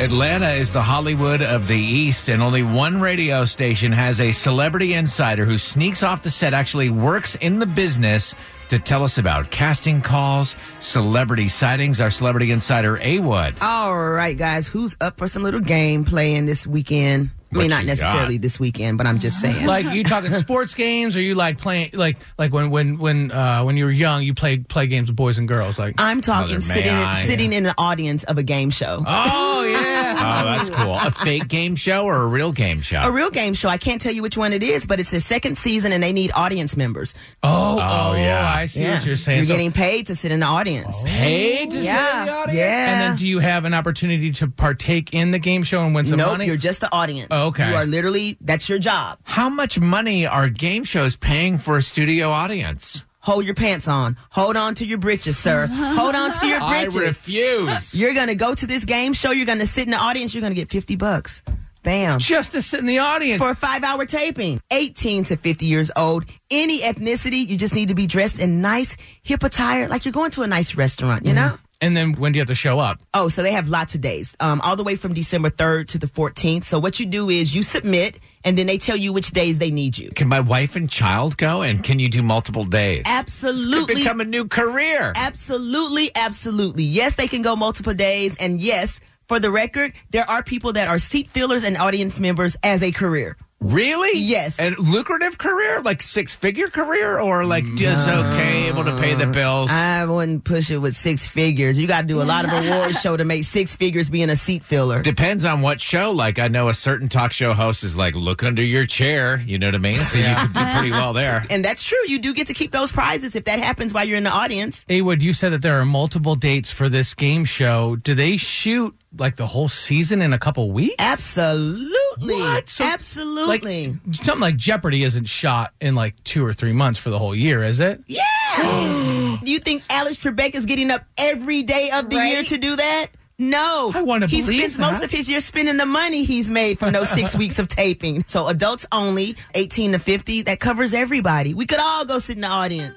Atlanta is the Hollywood of the East, and only one radio station has a celebrity insider who sneaks off the set, actually works in the business to tell us about casting calls, celebrity sightings. Our celebrity insider, A Wood. All right, guys, who's up for some little game playing this weekend? I What mean, not you necessarily this weekend, but I'm just saying. Like you talking sports games, or you like playing like like when when when uh, when you were young, you played play games with boys and girls. Like I'm talking Mother, may sitting I? sitting in the audience of a game show. Oh, yeah. oh, that's cool. A fake game show or a real game show? a real game show. I can't tell you which one it is, but it's the second season and they need audience members. oh oh, yeah. yeah, I see what you're saying. You're So- getting paid to sit in the audience. Paid to yeah. the audience? Yeah. Oh. and then do you have an opportunity to partake in the game show and win some nope, money? you're just the audience. Oh, okay. You are literally, that's your job. How much money are game shows paying for a studio audience? Hold your pants on. Hold on to your britches, sir. Hold on to your I britches. refuse. you're going to go to this game show. You're going to sit in the audience. You're going to get 50 bucks. Bam. just to sit in the audience. for a five hour taping. 18 to 50 years old, any ethnicity, you just need to be dressed in nice hip attire, like you're going to a nice restaurant, you know? and then when do you have to show up? Oh, so they have lots of days, um, all the way from December 3rd to the 14th. So what you do is you submit, and then they tell you which days they need you. Can my wife and child go? And can you do multiple days? Absolutely. Become a new career. Absolutely, absolutely. Yes, they can go multiple days. And yes, for the record, there are people that are seat fillers and audience members as a career. Really? Yes. A lucrative career, like six figure career, or like just okay, able to pay the bills. I wouldn't push it with six figures. You got to do a lot of award show to make six figures being a seat filler. Depends on what show. Like I know a certain talk show host is like, look under your chair. You know what I mean? So you can do pretty well there. And that's true. You do get to keep those prizes if that happens while you're in the audience. Awood, you said that there are multiple dates for this game show. Do they shoot like the whole season in a couple weeks? Absolutely. What? So, Like Absolutely. something like Jeopardy isn't shot in like two or three months for the whole year, is it? yeah. do you think Alex Trebek is getting up every day of the year to do that? No. I wanna He believe spends that. most of his year spending the money he's made from those six weeks of taping. So adults only, 18 to 50, that covers everybody. We could all go sit in the audience.